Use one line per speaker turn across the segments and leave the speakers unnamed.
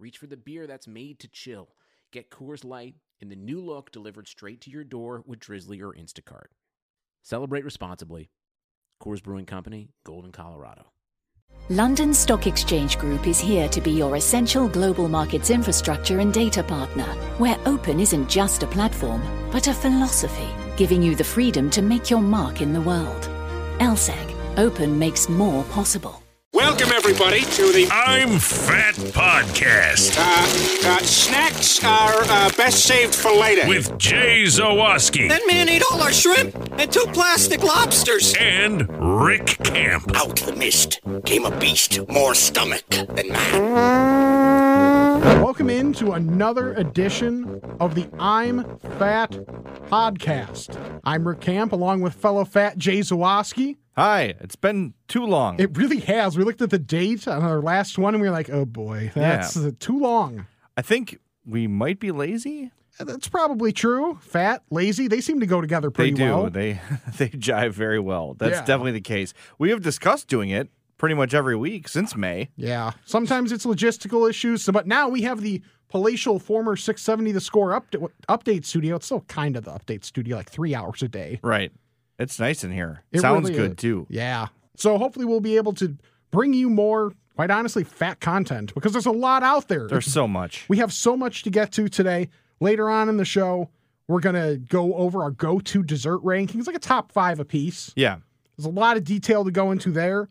reach for the beer that's made to chill. Get Coors Light in the new look delivered straight to your door with Drizzly or Instacart. Celebrate responsibly. Coors Brewing Company, Golden, Colorado.
London Stock Exchange Group is here to be your essential global markets infrastructure and data partner, where open isn't just a platform, but a philosophy, giving you the freedom to make your mark in the world. LSEG, open makes more possible.
Welcome everybody to the
I'm Fat Podcast
uh, uh, snacks are uh, best saved for later.
with Jay Zawoski
That man ate all our shrimp and two plastic lobsters.
and Rick Camp.
Out of the mist came a beast more stomach than man.
Welcome into another edition of the I'm Fat podcast. I'm Rick Camp, along with fellow fat Jay Zawoski.
Hi, it's been too long.
It really has. We looked at the date on our last one, and we were like, "Oh boy, that's uh, too long." Uh,
I think we might be lazy.
That's probably true. Fat, lazy, they seem to go together
They
pretty
do.
well.
They they jive very well. That's
Yeah.
definitely the case. We have discussed doing it pretty much every week since May.
yeah. Sometimes it's logistical issues, so- but now we have the palatial former 670 The Score upda- update studio. It's still kind of the update studio, like three hours a day.
Right. It's nice in here.
It
Sounds
really
good
is.
too.
Yeah. So hopefully we'll be able to bring you more, quite honestly, fat content because there's a lot out there.
There's so much.
we have so much to get to today. Later on in the show, we're going to go over our go to dessert rankings, like a top five apiece.
Yeah.
There's a lot of detail to go into there.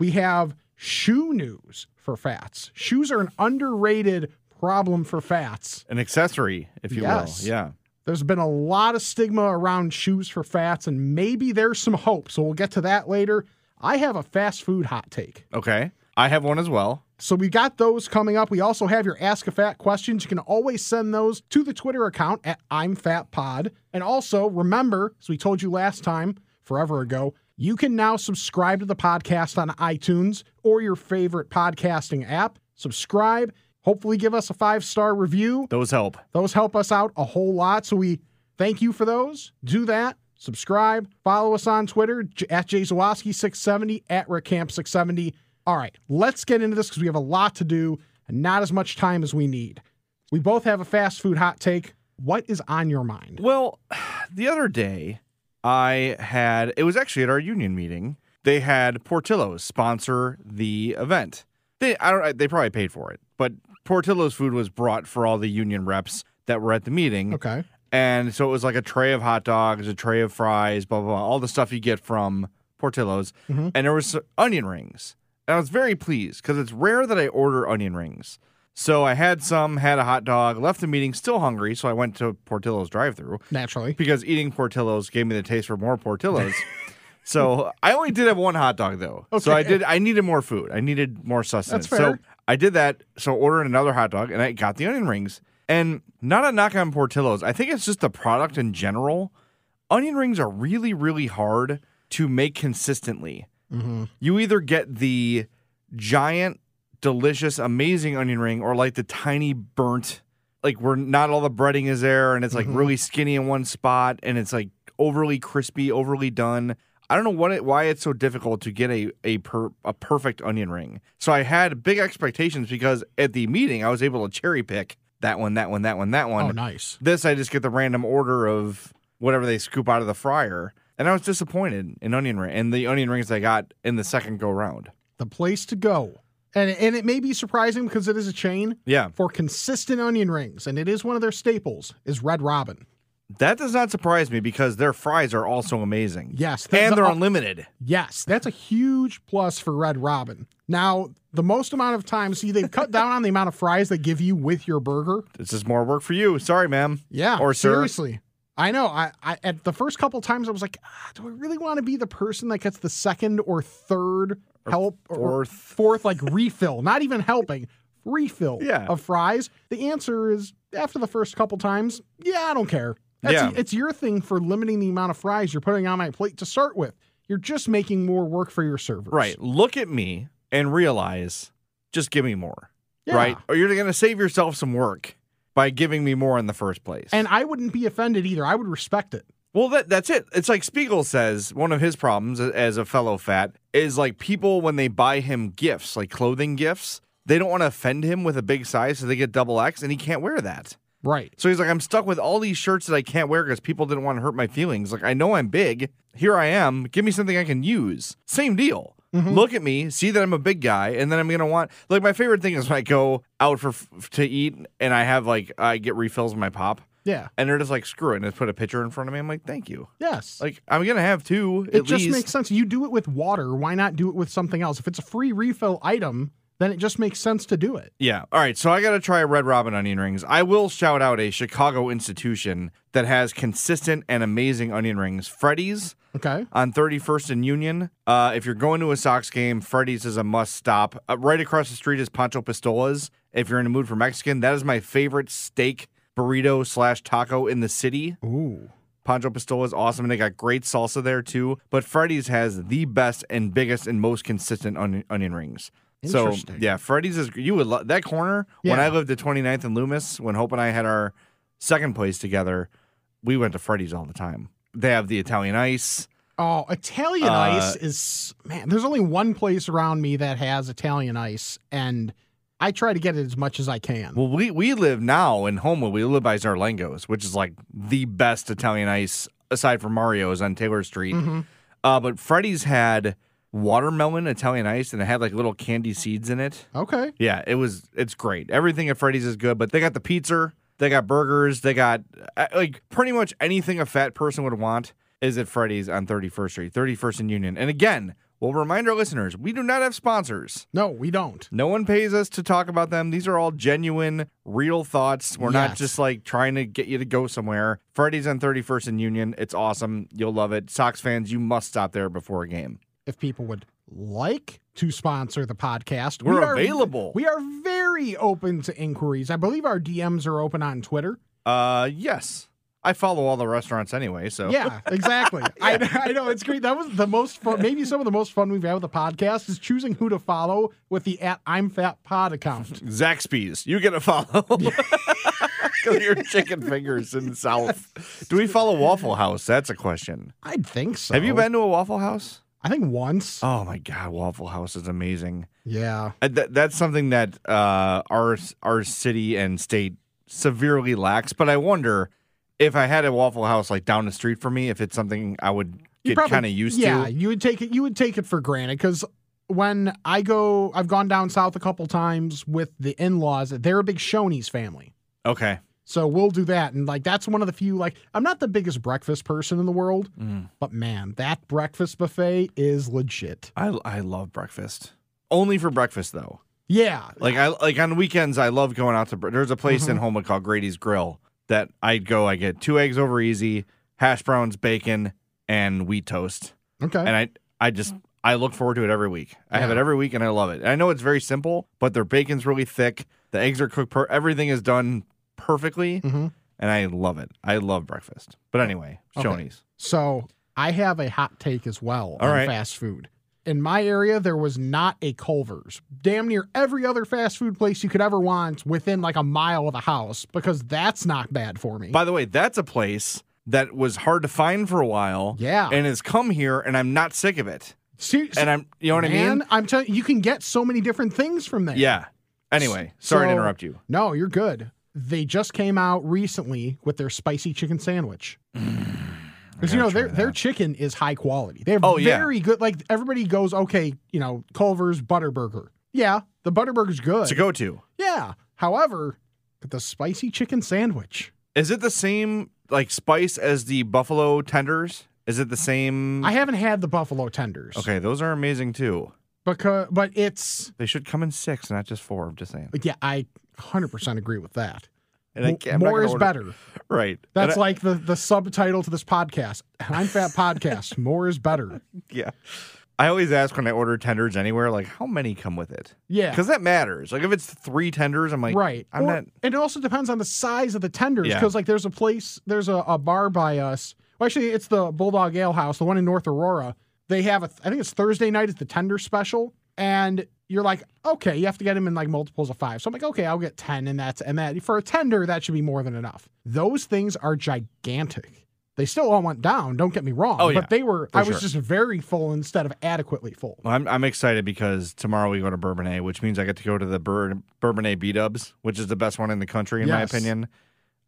We have shoe news for fats. Shoes are an underrated problem for fats.
An accessory, if you
Yes.
will. Yeah.
There's been a lot of stigma around shoes for fats, and maybe there's some hope. So we'll get to that later. I have a fast food hot take.
Okay. I have one as well.
So we got those coming up. We also have your Ask a Fat questions. You can always send those to the Twitter account at I'm Fat Pod. And also remember, as we told you last time, forever ago, you can now subscribe to the podcast on iTunes or your favorite podcasting app. Subscribe. Hopefully, give us a five star review.
Those help.
Those help us out a whole lot. So we thank you for those. Do that. Subscribe. Follow us on Twitter j- at jzawoski670, at rickcamp670. All right, let's get into this because we have a lot to do and not as much time as we need. We both have a fast food hot take. What is on your mind?
Well, the other day I had it was actually at our union meeting. They had Portillo's sponsor the event. They I don't they probably paid for it, but Portillo's food was brought for all the union reps that were at the meeting.
Okay.
And so it was like a tray of hot dogs, a tray of fries, blah, blah, blah, all the stuff you get from Portillo's. And there was onion rings. And I was very pleased because it's rare that I order onion rings. So I had some, had a hot dog, left the meeting still hungry. So I went to Portillo's drive through
Naturally.
because eating Portillo's gave me the taste for more Portillo's. so I only did have one hot dog though. So I
Okay.
did. I needed more food. I needed more sustenance.
fair.
So I did that. So ordered another hot dog, and I got the onion rings. And not a knock on Portillo's. I think it's just the product in general. Onion rings are really, really hard to make consistently.
Mm-hmm.
You either get the giant, delicious, amazing onion ring, or like the tiny burnt like where not all the breading is there and it's like really skinny in one spot and it's like overly crispy, overly done. I don't know what it, why it's so difficult to get a a per, a perfect onion ring. So I had big expectations because at the meeting I was able to cherry pick that one, that one, that one, that one.
Oh, nice.
This I just get the random order of whatever they scoop out of the fryer. And I was disappointed in onion ring and the onion rings I got in the second go round.
The place to go. And, and it may be surprising because it is a chain
Yeah.
for consistent onion rings, and it is one of their staples, is Red Robin.
That does not surprise me because their fries are also amazing.
Yes. the-
And
the-
they're unlimited.
Yes, that's a huge plus for Red Robin. Now, the most amount of time, see, they've cut down on the amount of fries they give you with your burger.
This is more work for you. Sorry, ma'am.
Yeah,
Or sir.
seriously, I know. I, I at the first couple times, I was like, ah, do I really want to be the person that gets the second or third help or
fourth.
fourth like refill? Not even helping refill
Yeah.
of fries? The answer is after the first couple times, yeah, I don't care. That's
Yeah.
it's your thing for limiting the amount of fries you're putting on my plate to start with. You're just making more work for your servers.
Right. Look at me and realize, just give me more.
Yeah.
Right. Or you're going to save yourself some work by giving me more in the first place.
And I wouldn't be offended either. I would respect it.
well, that that's it. It's like Spiegel says one of his problems a- as a fellow fat is like people when they buy him gifts, like clothing gifts, they don't want to offend him with a big size, so they get double X, and he can't wear that.
Right.
So he's like, I'm stuck with all these shirts that I can't wear because people didn't want to hurt my feelings. Like, I know I'm big. Here I am. Give me something I can use. Same deal. Look at me, see that I'm a big guy, and then I'm gonna want. Like, my favorite thing is when I go out for f- to eat, and I have like I get refills of my pop,
Yeah.
and they're just like, screw it, and just put a picture in front of me. I'm like, thank you.
Yes.
Like, I'm gonna have two
it
at
just
least.
makes sense. You do it with water. Why not do it with something else? If it's a free refill item, then it just makes sense to do it.
Yeah. All right. So I got to try Red Robin onion rings. I will shout out a Chicago institution that has consistent and amazing onion rings. Freddy's
Okay.
on 31st and Union. Uh, if you're going to a Sox game, Freddy's is a must stop. Uh, right across the street is Pancho Pistola's. If you're in the mood for Mexican, that is my favorite steak burrito slash taco in the city.
Ooh.
Pancho Pistola is awesome, and they got great salsa there too. But Freddy's has the best and biggest and most consistent onion, onion rings. So
Interesting.
yeah, Freddy's is you would love that corner. When
Yeah.
I lived at 29th and Loomis, when Hope and I had our second place together, we went to Freddy's all the time. They have the Italian ice.
Oh, Italian
Uh,
ice is man. There's only one place around me that has Italian ice, and I try to get it as much as I can.
Well, we we live now in Homewood. We live by Zarlengo's, which is like the best Italian ice aside from Mario's on Taylor Street.
Mm-hmm.
Uh, but Freddy's had watermelon Italian ice, and it had like little candy seeds in it.
okay.
Yeah, it was. It's great. Everything at Freddy's is good, but they got the pizza, they got burgers, they got uh, like pretty much anything a fat person would want is at Freddy's on 31st Street, 31st and Union. And again, we'll remind our listeners we do not have sponsors.
No, we don't.
No one pays us to talk about them. These are all genuine, real thoughts. We're not
Yes.
just like trying to get you to go somewhere. Freddy's on 31st and Union. It's awesome. You'll love it. Sox fans, you must stop there before a game.
If people would like to sponsor the podcast,
We're available.
We are very open to inquiries. I believe our DMs are open on Twitter.
Uh, yes. I follow all the restaurants anyway, so
Yeah, exactly. I, I know it's great. That was the most fun. Maybe some of the most fun we've had with the podcast is choosing who to follow with the at I'm Fat Pod account.
Zaxby's, you get a follow. Go to your chicken fingers in the South. Do we follow Waffle House? That's a question.
I'd think so.
Have you been to a Waffle House?
I think once.
Oh my God, Waffle House is amazing.
yeah.
Uh, That, that's something that uh, our our city and state severely lacks. But I wonder if I had a Waffle House like down the street from me, if it's something I would
You
get
probably-
kind of used
yeah,
to.
you would take it. You would take it for granted because when I go, I've gone down south a couple times with the in-laws. They're a big Shoney's family,
Okay.
so we'll do that. And like, that's one of the few. Like, I'm not the biggest breakfast person in the world,
Mm.
but man, that breakfast buffet is legit.
I I love breakfast. Only for breakfast though.
Yeah,
Like I like on weekends, I love going out to. br- There's a place
Mm-hmm.
in Homewood called Grady's Grill that I'd go. I get two eggs over easy, hash browns, bacon, and wheat toast.
okay. Mm.
And I I just I look forward to it every week. I have it
Yeah.
every week, and I love it. I know it's very simple, but their bacon's really thick. The eggs are cooked. Per- everything is done perfectly,
Mhm.
and I love it. I love breakfast. But anyway,
Okay.
Shoney's.
So I have a hot take as well
All
on
right.
fast food. In my area, there was not a Culver's. Damn near every other fast food place you could ever want within like a mile of the house because that's not bad for me.
By the way, that's a place that was hard to find for a while.
Yeah.
and has come here, and I'm not sick of it.
Seriously,
And I'm, you know what I mean?
man, I'm telling you, you can get so many different things from there.
Yeah. Anyway, sorry
So-
to interrupt you.
No, you're good. They just came out recently with their spicy chicken sandwich.
Mm,
Because you know their their chicken is high quality. They have
Oh, yeah.
very good. Like everybody goes, okay, you know Culver's Butterburger. Yeah, the Butterburger's good.
To go to.
yeah. However, the spicy chicken sandwich.
Is it the same like spice as the buffalo tenders? Is it the same?
I haven't had the buffalo tenders.
okay, those are amazing too.
Because but it's
They should come in six, not just four. I'm just saying.
yeah, I 100% agree with that.
And I
Mo-
can't- I'm not
More
gonna
is
order-
better.
Right.
That's
And I-
like the the subtitle to this podcast. And I'm fat podcast. More is better.
yeah. I always ask when I order tenders anywhere, like how many come with it?
Yeah.
Because that matters. Like if it's three tenders, I'm like,
right.
I'm
Or-
not.
and it also depends on the size of the tenders.
Yeah.
Because like there's a place, there's a, a bar by us. Well, actually, it's the Bulldog Ale House, the one in North Aurora. They have a, th- I think it's Thursday night. It's the tender special, and you're like, okay, you have to get them in like multiples of five. So I'm like, okay, I'll get ten, and that's and that for a tender that should be more than enough. Those things are gigantic. They still all went down. Don't get me wrong.
Oh, yeah,
but they were.
for
I was
sure.
just very full instead of adequately full.
Well, I'm, I'm excited because tomorrow we go to Bourbonnais, which means I get to go to the Bur- Bourbonnais B Dubs, which is the best one in the country, in my
Yes.
opinion.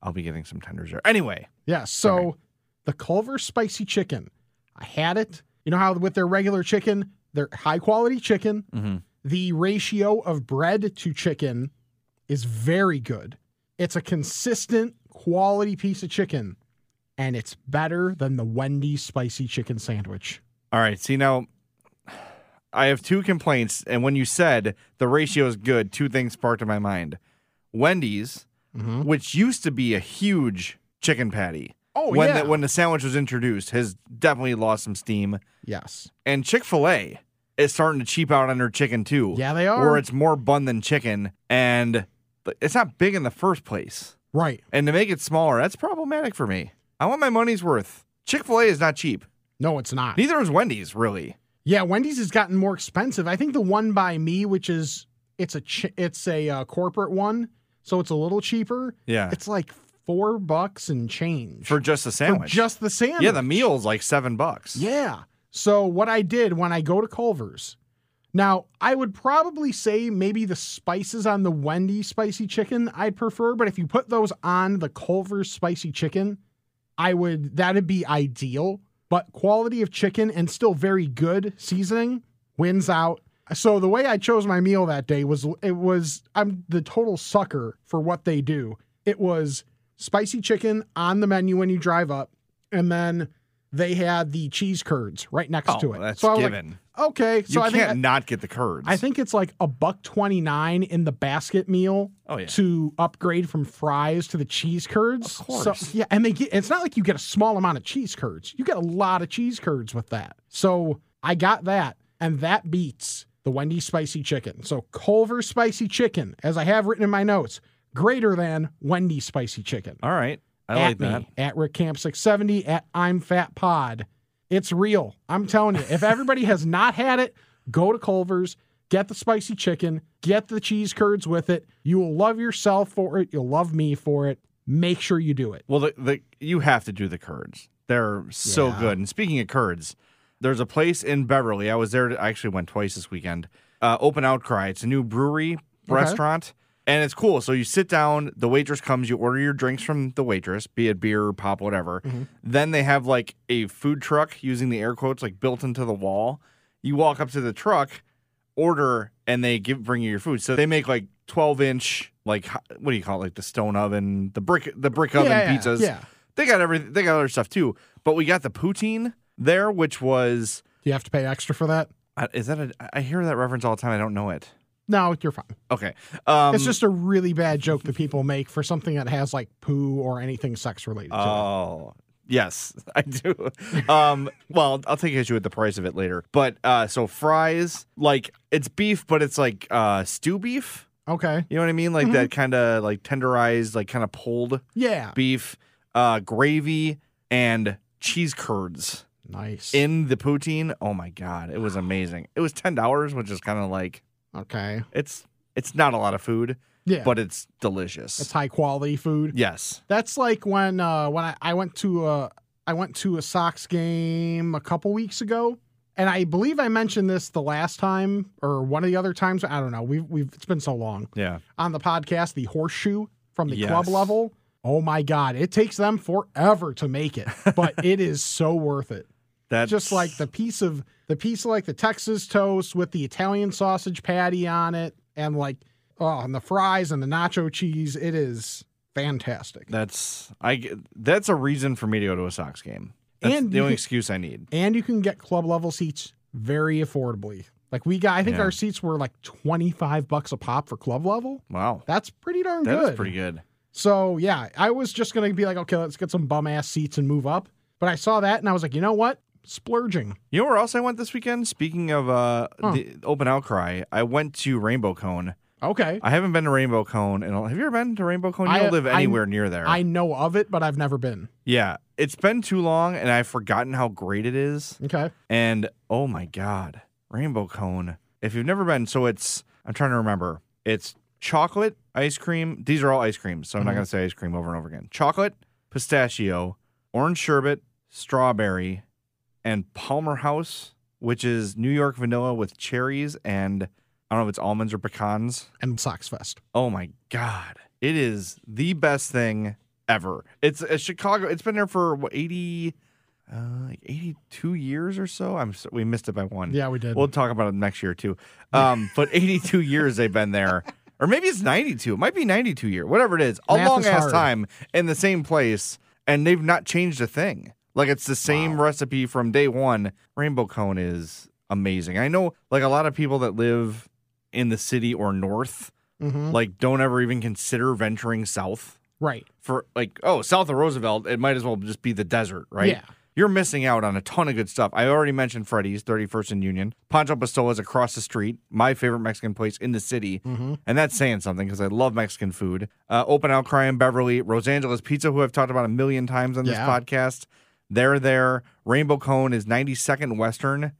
I'll be getting some tenders there. Anyway,
Yeah. So the Culver spicy chicken, I had it. You know how with their regular chicken, their high quality chicken,
Mm-hmm.
the ratio of bread to chicken is very good. It's a consistent quality piece of chicken, and it's better than the Wendy's spicy chicken sandwich.
all right. See, now I have two complaints. And when you said the ratio is good, two things sparked in my mind Wendy's,
Mm-hmm. Hmm?
which used to be a huge chicken patty.
Oh,
when
yeah.
The, when the sandwich was introduced, has definitely lost some steam.
Yes.
And Chick fil A is starting to cheap out on their chicken too.
Yeah, they are.
Where it's more bun than chicken and it's not big in the first place.
Right.
And to make it smaller, that's problematic for me. I want my money's worth. Chick fil A is not cheap.
No, it's not.
Neither is Wendy's, really.
Yeah, Wendy's has gotten more expensive. I think the one by me, which is it's a ch- it's a uh, corporate one, so it's a little cheaper.
Yeah.
it's like four bucks and change
For just a
For
sandwich.
just the sandwich.
yeah, the meal's like seven bucks.
yeah. So what I did when I go to Culver's, now I would probably say maybe the spices on the Wendy's spicy chicken I'd prefer, but if you put those on the Culver's spicy chicken, I would that'd be ideal. But quality of chicken and still very good seasoning wins out. So the way I chose my meal that day was it was I'm the total sucker for what they do. It was spicy chicken on the menu when you drive up, and then they had the cheese curds right next
Oh,
to it.
that's
so I was
given.
Like, okay, so
you
I
can't
think I-
not get the curds.
I think it's like a buck twenty nine in the basket meal
Oh, yeah.
to upgrade from fries to the cheese curds.
Of course.
yeah, and they get it's not like you get a small amount of cheese curds. You get a lot of cheese curds with that. So I got that, and that beats the Wendy's spicy chicken. So Culver's spicy chicken, as I have written in my notes, greater than Wendy's spicy chicken.
All right. I
at
like
me
that.
at Rick Camp six seventy at I'm Fat Pod. It's real. I'm telling you. If everybody has not had it, go to Culver's, get the spicy chicken, get the cheese curds with it. You will love yourself for it. You'll love me for it. Make sure you do it.
Well, the, the you have to do the curds. They're so good. And speaking of curds, there's a place in Beverly. I was there. I actually went twice this weekend. Uh, Open Outcry. It's a new brewery restaurant, and it's cool. So you sit down. The waitress comes. You order your drinks from the waitress, be it beer, pop, whatever. Then they have like a food truck using the air quotes like built into the wall. You walk up to the truck, order, and they give bring you your food. So they make like 12 inch like ho- what do you call it like the stone oven, the brick the brick oven
Yeah, yeah,
pizzas.
yeah.
They got every they got other stuff too, but we got the poutine there, which was
Do you have to pay extra for that?
uh, is that a I hear that reference all the time. I don't know it.
No, you're fine.
Okay, um,
it's just a really bad joke that people make for something that has like poo or anything sex related to it.
Oh, yes, I do. Um, well, I'll take issue with the price of it later. But uh, so fries, like it's beef, but it's like uh, stew beef.
Okay.
You know what I mean? Like
Mm-hmm.
that kind of like tenderized, like kind of pulled
Yeah.
beef, uh, gravy, and cheese curds
nice.
in the poutine. Oh my god, it was amazing. It was ten dollars, which is kind of like
okay.
it's it's not a lot of food,
Yeah.
but it's delicious.
it's high quality food.
yes.
That's like when uh, when I, I went to a I went to a Sox game a couple weeks ago, and I believe I mentioned this the last time or one of the other times. I don't know. We've we've it's been so long
Yeah.
on the podcast. The horseshoe from the club
Yes.
level. Oh my god! It takes them forever to make it, but it is so worth it.
That's
Just like the piece of the piece of like the Texas toast with the Italian sausage patty on it, and like oh, and the fries and the nacho cheese. It is fantastic.
That's I. g- That's a reason for me to go to a Sox game. That's
And
the
you
only
can-
excuse I need.
and you can get club level seats very affordably. Like we got, I think
Yeah.
our seats were like twenty five bucks a pop for club level.
Wow,
That's pretty darn
that's
good.
pretty good.
So yeah, I was just gonna be like, okay, let's get some bum ass seats and move up. But I saw that and I was like, you know what? splurging.
You know where else I went this weekend? Speaking of uh, the open outcry, I went to Rainbow Cone.
Okay.
I haven't been to Rainbow Cone, and have you ever been to Rainbow Cone? You
I-
don't live
I-
anywhere near there.
I know of it, but I've never been.
yeah, it's been too long, and I've forgotten how great it is.
Okay.
And oh my God, Rainbow Cone. If you've never been, so it's, I'm trying to remember, it's chocolate, ice cream. These are all ice creams, so I'm
Mm-hmm.
not going to say ice cream over and over again. Chocolate, pistachio, orange sherbet, strawberry, and Palmer House, which is New York vanilla with cherries and I don't know if it's almonds or pecans.
And Sox Fest.
Oh my God. It is the best thing ever. It's a Chicago, it's been there for what, 80, uh, like 82 years or so. I'm so, we missed it by one.
Yeah, we did.
Mm. We'll talk about it next year too. Um, but 82 years they've been there. Or maybe it's 92. It might be 92 year. Whatever it is. A
Math
long
is
ass
hard.
time in the same place and they've not changed a thing. Like it's the same recipe from day 1. Rainbow cone is amazing. I know like a lot of people that live in the city or north
Mhm.
like don't ever even consider venturing south
Right.
for like oh south of roosevelt it might as well just be the desert right
Yeah.
you're missing out on a ton of good stuff i already mentioned freddy's 31st and union pancho pistola's across the street my favorite mexican place in the city
Mm-hmm.
and that's saying something because i love mexican food uh, open outcry in beverly rosangela's pizza who i've talked about a million times on this
Yeah.
podcast they're there rainbow cone is 92nd western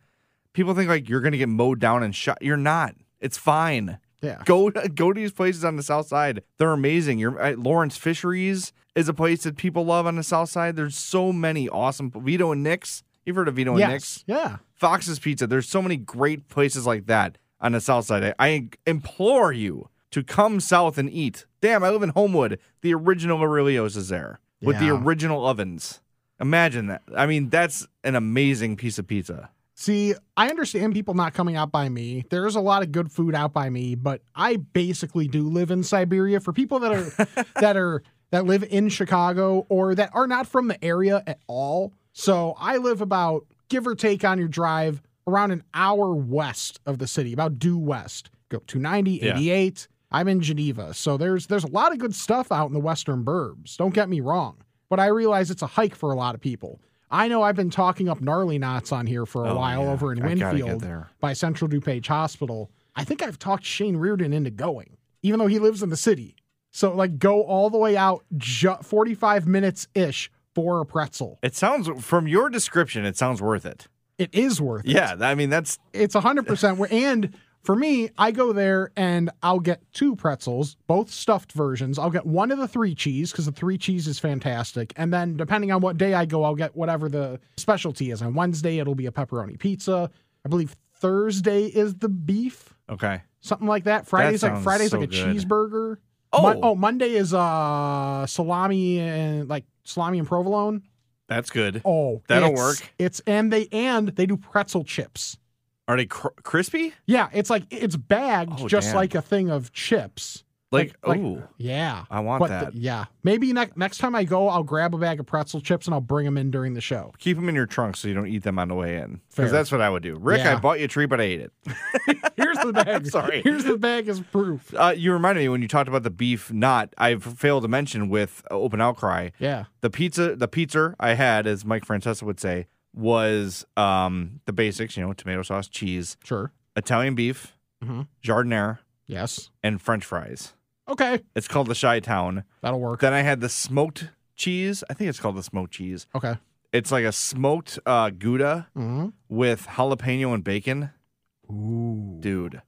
people think like you're gonna get mowed down and shot you're not it's fine
Yeah.
go go to these places on the south side they're amazing you're at lawrence fisheries is a place that people love on the south side there's so many awesome vito and nick's you've heard of vito
Yes.
and nick's
Yeah.
fox's pizza there's so many great places like that on the south side I, I implore you to come south and eat damn i live in homewood the original Murillo's is there with the
Yeah.
original ovens imagine that i mean that's an amazing piece of pizza
See, I understand people not coming out by me. There's a lot of good food out by me, but I basically do live in Siberia. For people that are that are that live in Chicago or that are not from the area at all. So I live about give or take on your drive around an hour west of the city, about due west. Go 290,
Yeah.
88. I'm in Geneva. So there's there's a lot of good stuff out in the western burbs. Don't get me wrong. But I realize it's a hike for a lot of people. I know I've been talking up gnarly knots on here for a
Oh,
while
yeah.
over in
I gotta get
Winfield
there.
by Central DuPage Hospital. I think I've talked Shane Reardon into going, even though he lives in the city. So like go all the way out ju- 45 minutes ish for a pretzel.
it sounds from your description it sounds worth it
It is worth it.
yeah i mean that's
It's 100% wor- and for me, I go there and I'll get two pretzels, both stuffed versions. I'll get one of the three cheese because the three cheese is fantastic. And then depending on what day I go, I'll get whatever the specialty is. On Wednesday, it'll be a pepperoni pizza. I believe Thursday is the beef.
okay
something like that. Friday's like
sounds
Friday's
so
like a
good.
cheeseburger.
Oh.
Mon- oh, Monday is uh salami and like salami and provolone.
That's good.
Oh,
That'll
it's-
work.
It's and they and they do pretzel chips.
Are they cr- crispy?
Yeah, it's like it's bagged
Oh,
just
damn.
like a thing of chips.
Like,
Like-
ooh,
Yeah,
I want
But the-
that.
yeah, maybe ne- next time I go, I'll grab a bag of pretzel chips and I'll bring them in during the show.
Keep them in your trunk so you don't eat them on the way in.
Fair.
Because that's what I would do. Rick,
Yeah.
I bought you a tree, but I ate it.
Here's the bag.
sorry.
Here's the bag as proof.
Uh, you reminded me when you talked about the beef not, I failed to mention with uh, Open Outcry,
Yeah.
the pizza, the pizza I had, as Mike Francesa would say, was um, the basics, you know, tomato sauce, cheese,
Sure.
Italian beef,
Mhm.
jardinere,
Yes.
and french fries.
Okay.
It's called the Chi Town.
That'll work.
Then I had the smoked cheese. I think it's called the smoked cheese.
Okay.
It's like a smoked uh, Gouda.
hmm
with jalapeno and bacon,
Ooh.
dude.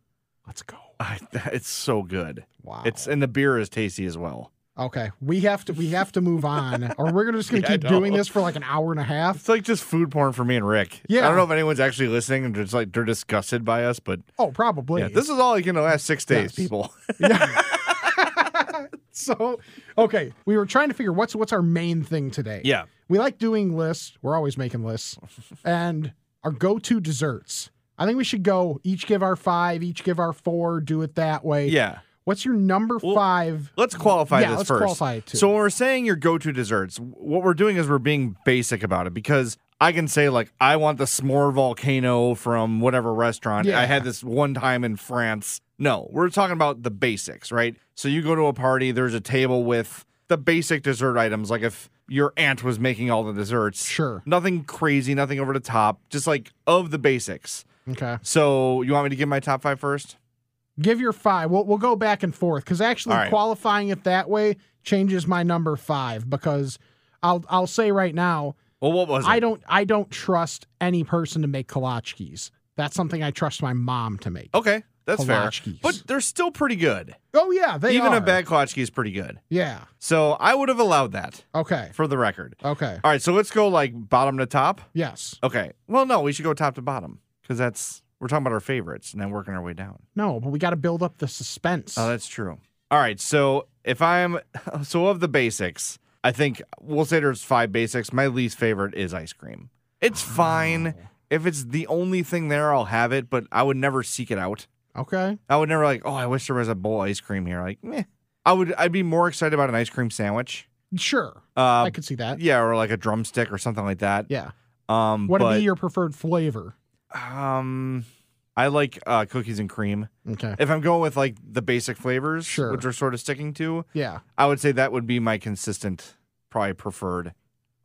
Let's go.
I, it's so good.
Wow.
It's and the beer is tasty as well.
Okay, we have to we have to move on, or we're gonna just gonna
Yeah, I
keep
know.
doing this for like an hour and a half.
It's like just food porn for me and Rick.
Yeah.
I don't know if anyone's actually listening and just like they're disgusted by us, but
Oh, probably.
yeah, this is all like in the last six days,
Yes.
people.
Yeah. so, okay, we were trying to figure what's what's our main thing today.
Yeah.
we like doing lists. We're always making lists, and our go-to desserts. I think we should go each give our five, each give our four. Do it that way.
Yeah.
What's your number
Well,
five?
Let's qualify
Yeah,
this
let's
first.
qualify it, too.
So when we're saying your go-to desserts, what we're doing is we're being basic about it because I can say like I want the s'more volcano from whatever restaurant.
Yeah.
I had this one time in France. No, we're talking about the basics, right? So you go to a party, there's a table with the basic dessert items, like if your aunt was making all the desserts.
Sure.
Nothing crazy, nothing over the top, just like of the basics.
Okay.
So you want me to give my top five first?
Give your five. We'll, we'll go back and forth because actually
All right.
qualifying it that way changes my number five because I'll I'll say right now
Well, what was it?
I don't I don't trust any person to make kolachkis. That's something I trust my mom to make.
Okay, that's fair.
Kolachkis.
But they're still pretty good.
Oh yeah, they
Even
are.
a bad kolachki is pretty good.
Yeah.
So I would have allowed that
Okay.
for the record.
Okay.
All right, so let's go like bottom to top.
Yes.
Okay. Well, no, we should go top to bottom because that's we're talking about our favorites and then working our way down.
No, but we got to build up the suspense.
Oh, that's true. All right. So if I'm so of the basics, I think we'll say there's five basics. My least favorite is ice cream. It's fine. If it's the only thing there, I'll have it, but I would never seek it out.
okay.
I would never like, oh, I wish there was a bowl of ice cream here. Like, meh. I would I'd be more excited about an ice cream sandwich.
Sure.
Uh,
I could see that.
yeah, or like a drumstick or something like that.
Yeah.
Um
What would
but,
be your preferred flavor?
um I like uh, cookies and cream.
Okay.
If I'm going with like the basic flavors,
Sure.
which we're sort of sticking to,
Yeah.
I would say that would be my consistent, probably preferred.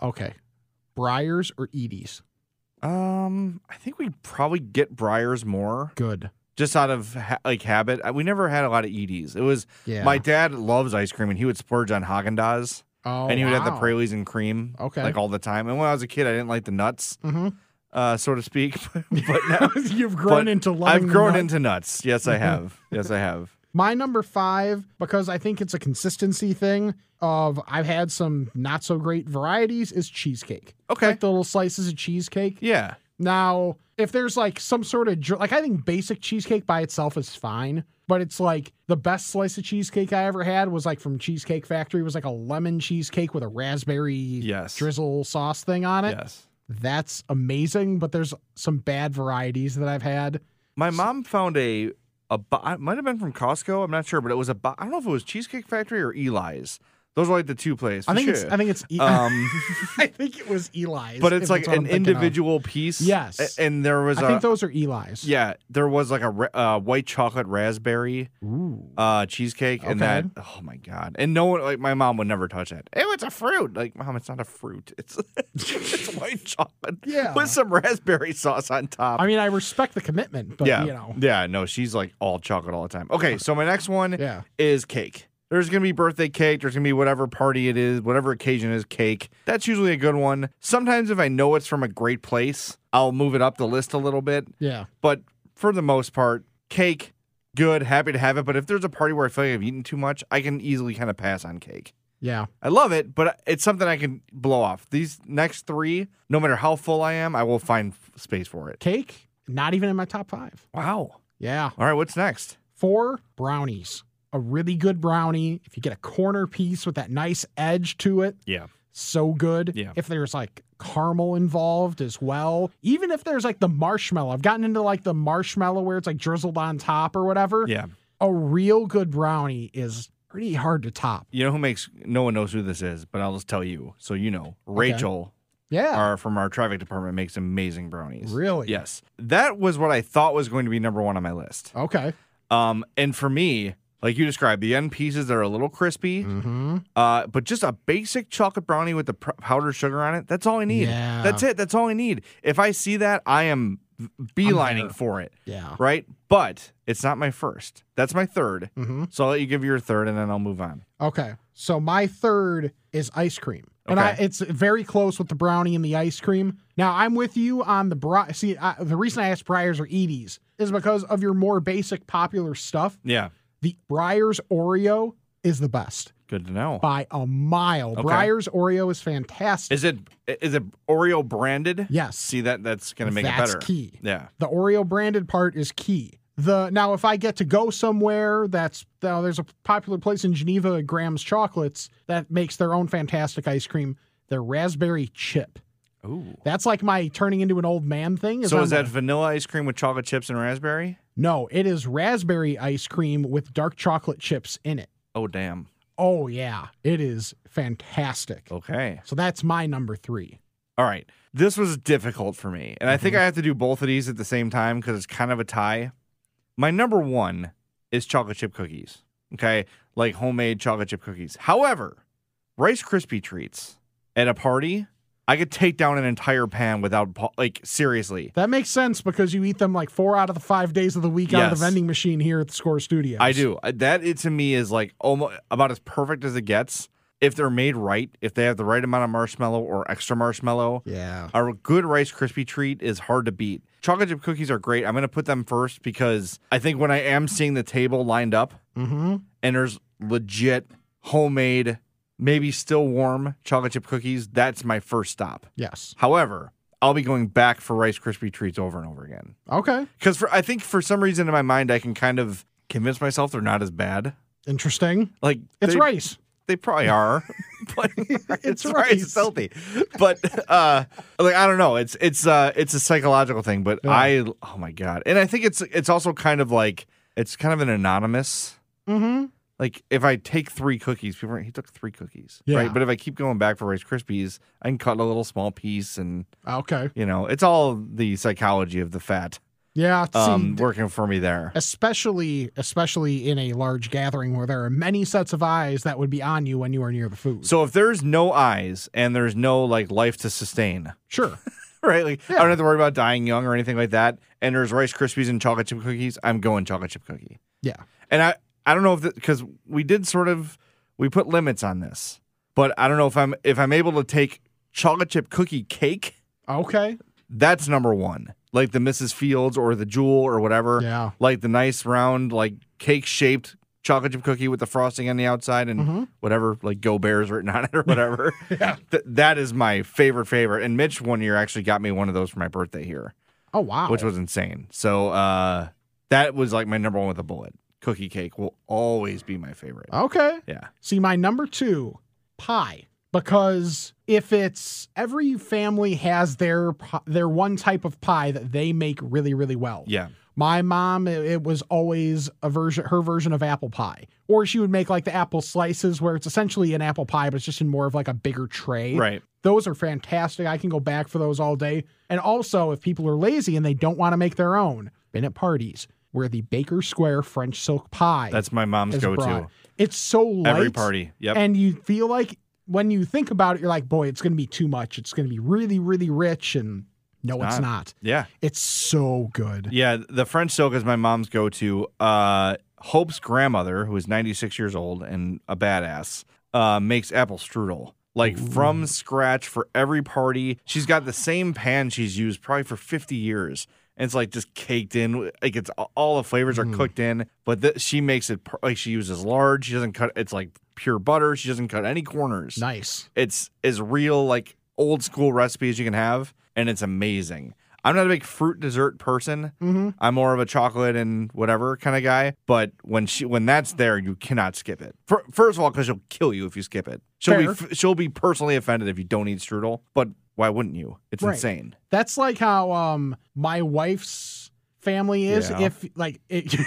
Okay. Briars or Edie's?
Um, I think we probably get Briars more
Good.
just out of ha- like habit. I- We never had a lot of Edie's. It was
Yeah.
my dad loves ice cream and he would splurge on Haagen Dazs
oh,
and he would have the
wow.
pralines and cream
Okay.
like all the time. And when I was a kid, I didn't like the nuts,
Mhm.
uh, so to speak. but now
You've grown
but
into loving
I've
the
grown
nut.
into nuts. Yes, I have. yes, I have.
My number five, because I think it's a consistency thing of I've had some not so great varieties, is cheesecake.
Okay.
Like the little slices of cheesecake.
Yeah.
Now, if there's like some sort of, dr- like I think basic cheesecake by itself is fine, but it's like the best slice of cheesecake I ever had was like from Cheesecake Factory, It was like a lemon cheesecake with a raspberry
Yes.
drizzle sauce thing on it.
Yes.
That's amazing, but there's some bad varieties that I've had.
My mom found a a bo- it might have been from Costco. I'm not sure, but it was a bo- I don't know if it was Cheesecake Factory or Eli's. Those are like the two places.
I think it's,
Sure.
I think it's, E-
um,
I think it was Eli's.
but
if
it's like
that's what I'm
an
thinking of.
individual piece.
Yes.
A- and there was
I think
a
those are Eli's.
yeah, there was like a ra- uh, white chocolate raspberry
Ooh.
uh, cheesecake, and that
Okay.
oh my god, and no one like my mom would never touch that. Oh, it's a fruit. Like mom, it's not a fruit. It's it's white chocolate
Yeah.
with some raspberry sauce on top.
I mean, I respect the commitment, but
yeah,
you know,
yeah, no, she's like all chocolate all the time. Okay, so my next one
yeah,
is cake. There's gonna be birthday cake. There's gonna be whatever party it is, whatever occasion is cake. That's usually a good one. Sometimes if I know it's from a great place, I'll move it up the list a little bit.
yeah,
But for the most part, cake, good, happy to have it. But if there's a party where I feel like I've eaten too much, I can easily kind of pass on cake.
yeah.
I love it, but it's something I can blow off. These next three, no matter how full I am, I will find space for it.
Cake, not even in my top five.
Wow.
Yeah,
All right, what's next?
four brownies. A really good brownie. If you get a corner piece with that nice edge to it,
Yeah.
so good.
Yeah.
If there's like caramel involved as well, even if there's like the marshmallow, I've gotten into like the marshmallow where it's like drizzled on top or whatever.
Yeah.
A real good brownie is pretty hard to top.
You know who makes no one knows who this is, but I'll just tell you so you know. Rachel
Yeah.
our, from our traffic department makes amazing brownies.
Really?
Yes. That was what I thought was going to be number 1 on my list.
Okay.
Um and for me, like you described, the end pieces that are a little crispy,
Mm-hmm.
uh, but just a basic chocolate brownie with the pr- powdered sugar on it, that's all I need.
Yeah.
That's it. That's all I need. If I see that, I am beelining
there.
for it,
Yeah.
right? But it's not my first. That's my third.
Mm-hmm.
So I'll let you give your third and then I'll move on.
Okay. So my third is ice cream. And
Okay.
I, it's very close with the brownie and the ice cream. Now I'm with you on the bri. See, I, the reason I asked Briars or Edie's is because of your more basic popular stuff.
Yeah.
The Briars Oreo is the best
Good to know.
by a mile. Briars Oreo is fantastic.
Is it is it Oreo branded?
yes,
See that that's gonna make
that's
it better.
key.
Yeah.
the Oreo branded part is key. The now, if I get to go somewhere that's now there's a popular place in Geneva, Graham's Chocolates, that makes their own fantastic ice cream. Their raspberry chip.
Ooh.
That's like my turning into an old man thing.
So
I'm
is that
like,
vanilla ice cream with chocolate chips and raspberry?
no? It is raspberry ice cream with dark chocolate chips in it.
Oh damn.
Oh yeah, it is fantastic.
Okay.
So that's my number three.
All right. This was difficult for me. And I think I have to do both of these at the same time because it's kind of a tie. My number one is chocolate chip cookies. Okay. Like homemade chocolate chip cookies. However, Rice Krispie treats at a party, I could take down an entire pan without, pa- like, seriously.
That makes sense because you eat them like four out of the five days of the week out of
Yes.
the vending machine here at the Score Studios.
I do. Uh, That, it to me, is like almost about as perfect as it gets. If they're made right, if they have the right amount of marshmallow or extra marshmallow,
Yeah.
A good Rice Krispie treat is hard to beat. Chocolate chip cookies are great. I'm going to put them first because I think when I am seeing the table lined up
Mm-hmm.
and there's legit homemade, maybe still warm chocolate chip cookies, that's my first stop.
Yes.
However, I'll be going back for Rice Krispie treats over and over again
Okay.
because for I think for some reason in my mind I can kind of convince myself they're not as bad.
Interesting.
Like
It's
they-
rice.
they probably are. but it's right.
rice.
It's healthy. But uh like I don't know. It's it's uh it's a psychological thing, but
Yeah.
I oh my god. And I think it's it's also kind of like it's kind of an anonymous
Mm-hmm.
like if I take three cookies, people are, he took three cookies,
Yeah.
right? But if I keep going back for Rice Krispies, I can cut a little small piece, and
Okay.
you know, it's all the psychology of the fat
Yeah. See,
um, working for me there.
especially especially in a large gathering where there are many sets of eyes that would be on you when you are near the food.
So if there's no eyes and there's no like life to sustain,
sure.
right? Like I don't have to worry about dying young or anything like that. And there's Rice Krispies and chocolate chip cookies. I'm going chocolate chip cookie.
Yeah.
And I I don't know if because we did sort of we put limits on this, but I don't know if I'm if I'm able to take chocolate chip cookie cake.
Okay.
That's number one, like the Mrs. Fields or the Jewel or whatever.
Yeah.
Like the nice round like cake shaped chocolate chip cookie with the frosting on the outside and
Mhm.
whatever like go bears written on it or whatever
Yeah.
Th- that is my favorite favorite and mitch one year actually got me one of those for my birthday here
Oh wow.
which was insane. So uh, that was like my number one with a bullet. Cookie cake will always be my favorite.
okay.
Yeah.
See, my number two, pie, because if it's every family has their pi- their one type of pie that they make really really well.
Yeah.
My mom, it, it was always a version her version of apple pie, or she would make like the apple slices where it's essentially an apple pie, but it's just in more of like a bigger tray.
Right.
Those are fantastic. I can go back for those all day. And also, if people are lazy and they don't want to make their own, been at parties where the Baker Square French silk pie.
That's my mom's
is
go to.
brought. It's so light.
Every party. Yep.
And you feel like when you think about it, you're like, boy, it's going to be too much. It's going to be really, really rich. And no, it's
Not.
not.
yeah.
It's so good.
Yeah. The French silk is my mom's go to. Uh, Hope's grandmother, who is 96 years old and a badass, uh, makes apple strudel. Like from scratch for every party. She's got the same pan she's used probably for 50 years. And it's like just caked in. Like it's all the flavors are cooked in, but th- she makes it per- like she uses large. She doesn't cut, it's like pure butter. She doesn't cut any corners
Nice.
it's as real like old school recipes you can have and it's amazing i'm not a big fruit dessert person
Mhm.
i'm more of a chocolate and whatever kind of guy but when she when that's there you cannot skip it Fir- first of all because she'll kill you if you skip it she'll be
Fair.
f- she'll be personally offended if you don't eat strudel but why wouldn't you it's
Right.
insane
That's like how um my wife's family is.
Yeah.
If like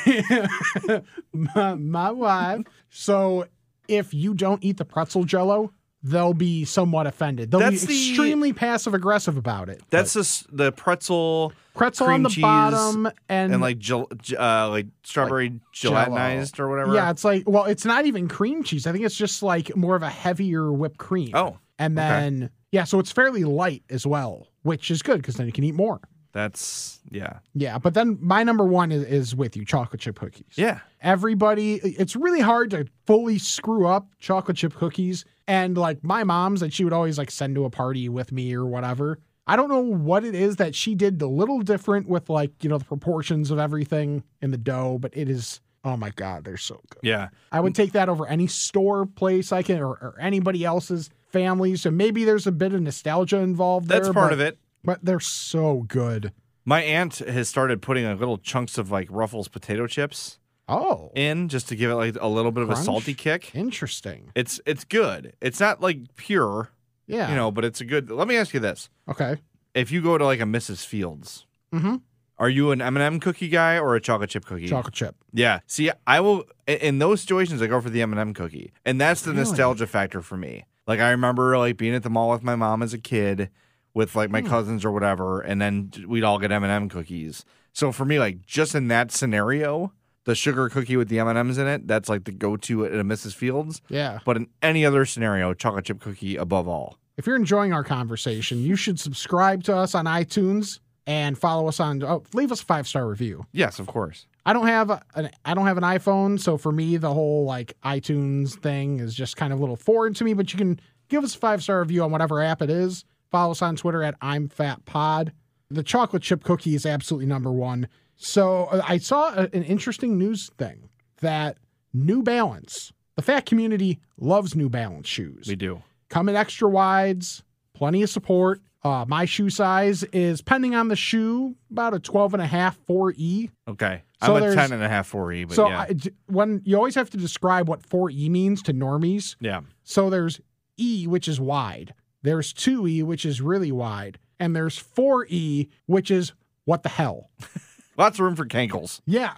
it, my, my wife, so if you don't eat the pretzel jello, they'll be somewhat offended. They'll
That's
be
the-
extremely passive aggressive about it.
that's just the pretzel
But pretzel
cream
on the
cheese
bottom and,
and, like gel- j- uh, like strawberry gelatinized or whatever
Yeah, it's like well, it's not even cream cheese. I think it's just like more of a heavier whipped cream.
oh
and
okay.
then yeah, so it's fairly light as well, which is good because then you can eat more.
that's yeah
Yeah, but then my number one is, is with you chocolate chip cookies.
yeah
Everybody, it's really hard to fully screw up chocolate chip cookies. And like my mom's that she would always like send to a party with me or whatever. I don't know what it is that she did a little different with like, you know, the proportions of everything in the dough, but it is, oh my God, they're so good.
yeah
I would take that over any store place I can or, or anybody else's family. So maybe there's a bit of nostalgia involved
that's
there,
part
but-
of it
But they're so good.
My aunt has started putting like little chunks of like Ruffles potato chips
Oh.
in just to give it like a little bit of a
Crunch?
salty kick.
Interesting.
It's it's good. It's not like pure,
Yeah.
you know, but it's a good. Let me ask you this:
Okay.
If you go to like a Mrs. Fields,
Mhm.
are you an M and m cookie guy or a chocolate chip cookie?
Chocolate chip.
Yeah. See, I will in- in those situations I go for the M and m cookie, and that's the
Really?
nostalgia factor for me. Like I remember like being at the mall with my mom as a kid, with like my
Hmm.
cousins or whatever, and then we'd all get M and m cookies. So for me, like just in that scenario, the sugar cookie with the M and M's in it. That's like the go to at a Mrs. Fields.
Yeah.
But in any other scenario, chocolate chip cookie above all.
If you're enjoying our conversation, you should subscribe to us on iTunes and follow us on. Oh, leave us a five star review.
Yes, of course.
I don't have an I don't have an iPhone, so for me the whole like iTunes thing is just kind of a little foreign to me. But you can give us a five star review on whatever app it is. Follow us on Twitter at I'm Fat Pod. The chocolate chip cookie is absolutely number one. So uh, I saw a- an interesting news thing that New Balance, the fat community loves New Balance shoes
do.
come in extra wides, plenty of support. Uh, my shoe size is, pending on the shoe, about a 12 and a half E. 4E.
Okay.
So
I'm a
there's-
10 and a half 4E, but
so
yeah.
I- d- when you always have to describe what 4E means to normies.
yeah.
So there's E, which is wide. There's 2E, which is really wide. And there's 4E, which is what the hell.
Lots of room for cankles.
Yeah.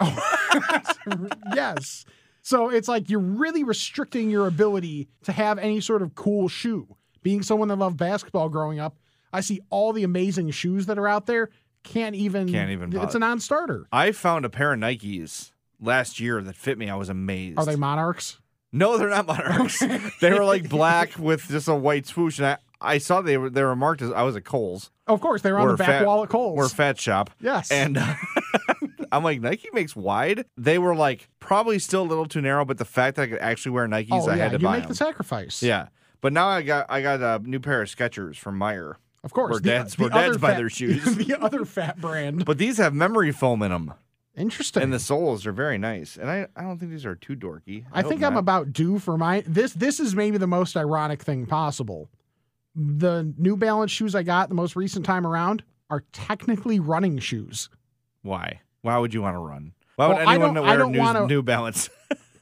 yes. So it's like you're really restricting your ability to have any sort of cool shoe. Being someone that loved basketball growing up, I see all the amazing shoes that are out there. Can't even.
Can't even
It's
bother.
a non-starter.
I found a pair of Nikes last year that fit me. I was amazed.
Are they monarchs?
No, they're not monarchs. they were like black with just a white swoosh, and I, I saw they were they were marked as I was at Kohl's
Of course, they're on
We're
the back
fat-
wall at Kohl's.
or Fat Shop.
Yes.
and uh, I'm like Nike makes wide. They were like probably still a little too narrow, but the fact that I could actually wear Nikes,
oh
I
yeah,
had to
you
buy
make
them.
the sacrifice.
yeah, but now I got I got a new pair of Skechers from Meyer.
of course.
We're
the-
dads-
the
we're dads
other
by
fat-
their shoes.
the other fat brand.
But these have memory foam in them,
Interesting.
and the soles are very nice. And I, I don't think these are too dorky.
I
hope
think I'm
not.
about due for my this this is maybe the most ironic thing possible. The New Balance shoes I got the most recent time around are technically running shoes.
Why? Why would you want to run? Why would
Well, I
anyone
don't- I
wear
don't
new,
wanna-
new Balance?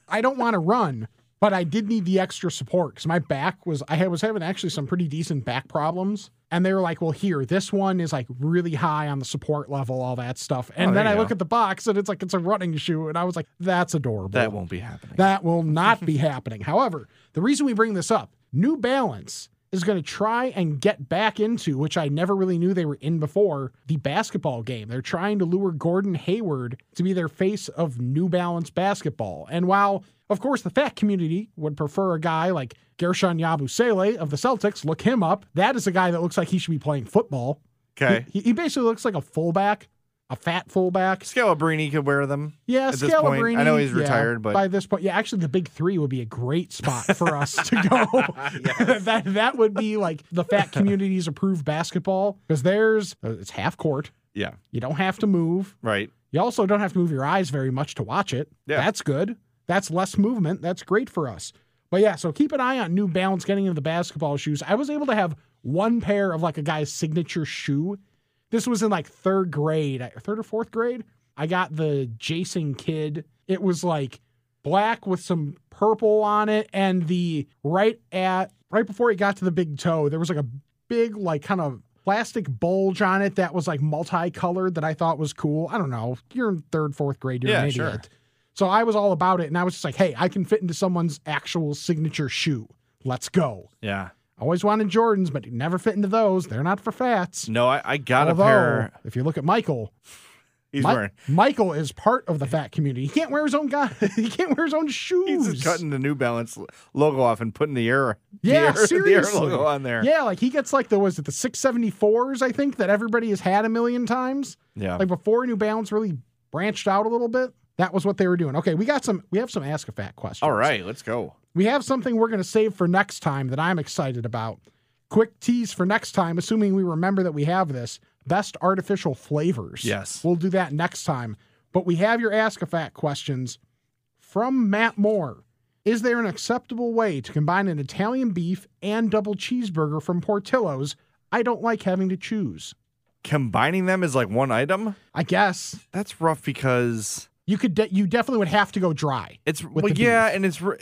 I don't want to run, but I did need the extra support because my back was I had, was having actually some pretty decent back problems, and they were like, "Well, here, this one is like really high on the support level, all that stuff." And
Oh, there
then
you
I
go.
look at the box and it's like it's a running shoe, and I was like, "That's adorable."
that won't be happening.
That will not be happening. However, the reason we bring this up, New Balance is going to try and get back into, which I never really knew they were in before, the basketball game. They're trying to lure Gordon Hayward to be their face of New Balance basketball. And while, of course, the fat community would prefer a guy like Gershon Yabusele of the Celtics, look him up. That is a guy that looks like he should be playing football.
okay.
He, he basically looks like a fullback, a fat fullback.
Scalabrini could wear them.
Yeah,
at this point.
Scalabrini,
I know he's
yeah,
retired, but
by this point, yeah, actually, the big three would be a great spot for us to go. that that would be like the fat community's approved basketball because there's uh, it's half court.
yeah,
You don't have to move.
right.
You also don't have to move your eyes very much to watch it.
Yeah.
That's good. That's less movement. That's great for us. But yeah, so keep an eye on New Balance getting into the basketball shoes. I was able to have one pair of like a guy's signature shoe. This was in like third grade, I- third or fourth grade. I got the Jason Kidd. It was like black with some purple on it, and the right at right before it got to the big toe, there was like a big like kind of plastic bulge on it that was like multicolored that I thought was cool. I don't know. You're in third, fourth grade. You're an
Yeah,
idiot.
sure.
So I was all about it, and I was just like, "Hey, I can fit into someone's actual signature shoe. Let's go."
Yeah.
I always wanted Jordans, but never fit into those. They're not for fats.
No, I, I got
Although,
a pair.
if you look at Michael,
He's
Mi-
wearing.
Michael is part of the fat community. He can't wear his own guy. he can't wear his own
He's
shoes.
just cutting the New Balance lo- logo off and putting the air,
yeah,
the air, the air
seriously.
logo on there.
Yeah, like he gets like the was it the six seventy fours I think that everybody has had a million times.
yeah.
Like before New Balance really branched out a little bit. That was what they were doing. Okay, we got some. We have some ask a fat questions.
All right, let's go.
We have something we're going to save for next time that I'm excited about. Quick tease for next time, assuming we remember that we have this best artificial flavors.
Yes.
We'll do that next time. But we have your Ask a Fat questions from Matt Moore. Is there an acceptable way to combine an Italian beef and double cheeseburger from Portillo's? I don't like having to choose.
Combining them is like one item.
I guess
That's rough because
you could, de- you definitely would have to go dry.
it's
With
well,
the
yeah, and it's re-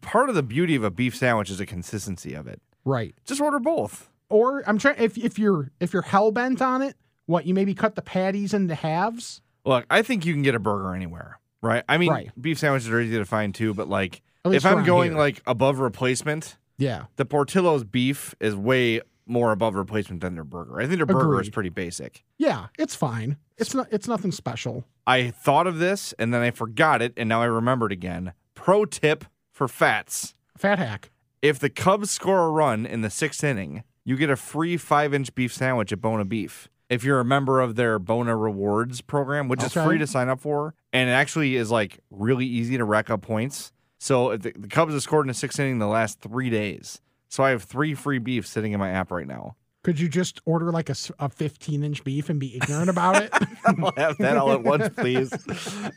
part of the beauty of a beef sandwich is the consistency of it.
Right.
Just order both.
Or I'm trying, if, if you're, if you're hell bent on it, what you maybe cut the patties into halves.
Look, I think you can get a burger anywhere, right? I mean,
Right.
beef sandwiches are easy to find too, but like
At least
if I'm
around
going
here.
like above replacement,
Yeah.
the Portillo's beef is way more above replacement than their burger. I think their burger is
Agreed.
pretty basic.
Yeah, it's fine. It's not it's nothing special.
I thought of this and then I forgot it and now I remembered again. Pro tip for fats.
Fat hack.
If the Cubs score a run in the sixth inning, you get a free five inch beef sandwich at Bona Beef. If you're a member of their Bona Rewards program, which is
Okay.
free to sign up for, and it actually is like really easy to rack up points. So if the, the Cubs have scored in the sixth inning in the last three days. So I have three free beefs sitting in my app right now.
Could you just order like a, s- a 15 inch beef and be ignorant about it?
I'll have that all at once, please.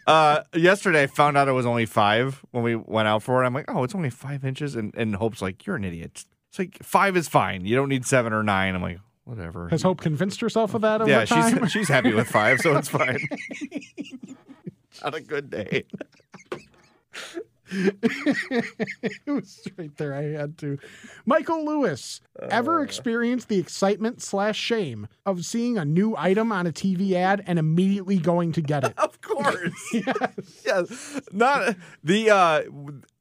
Uh, yesterday, I found out it was only five when we went out for it. I'm like, oh, it's only five inches. And, and Hope's like, you're an idiot. It's like, five is fine. You don't need seven or nine. I'm like, whatever.
Has Hope convinced herself of that over
yeah,
time?
she's, she's happy with five, so it's fine. Not a good day.
it was right there. I had to. Michael Lewis ever experienced the excitement slash shame of seeing a new item on a TV ad and immediately going to get it?
Of course. yes. Not the uh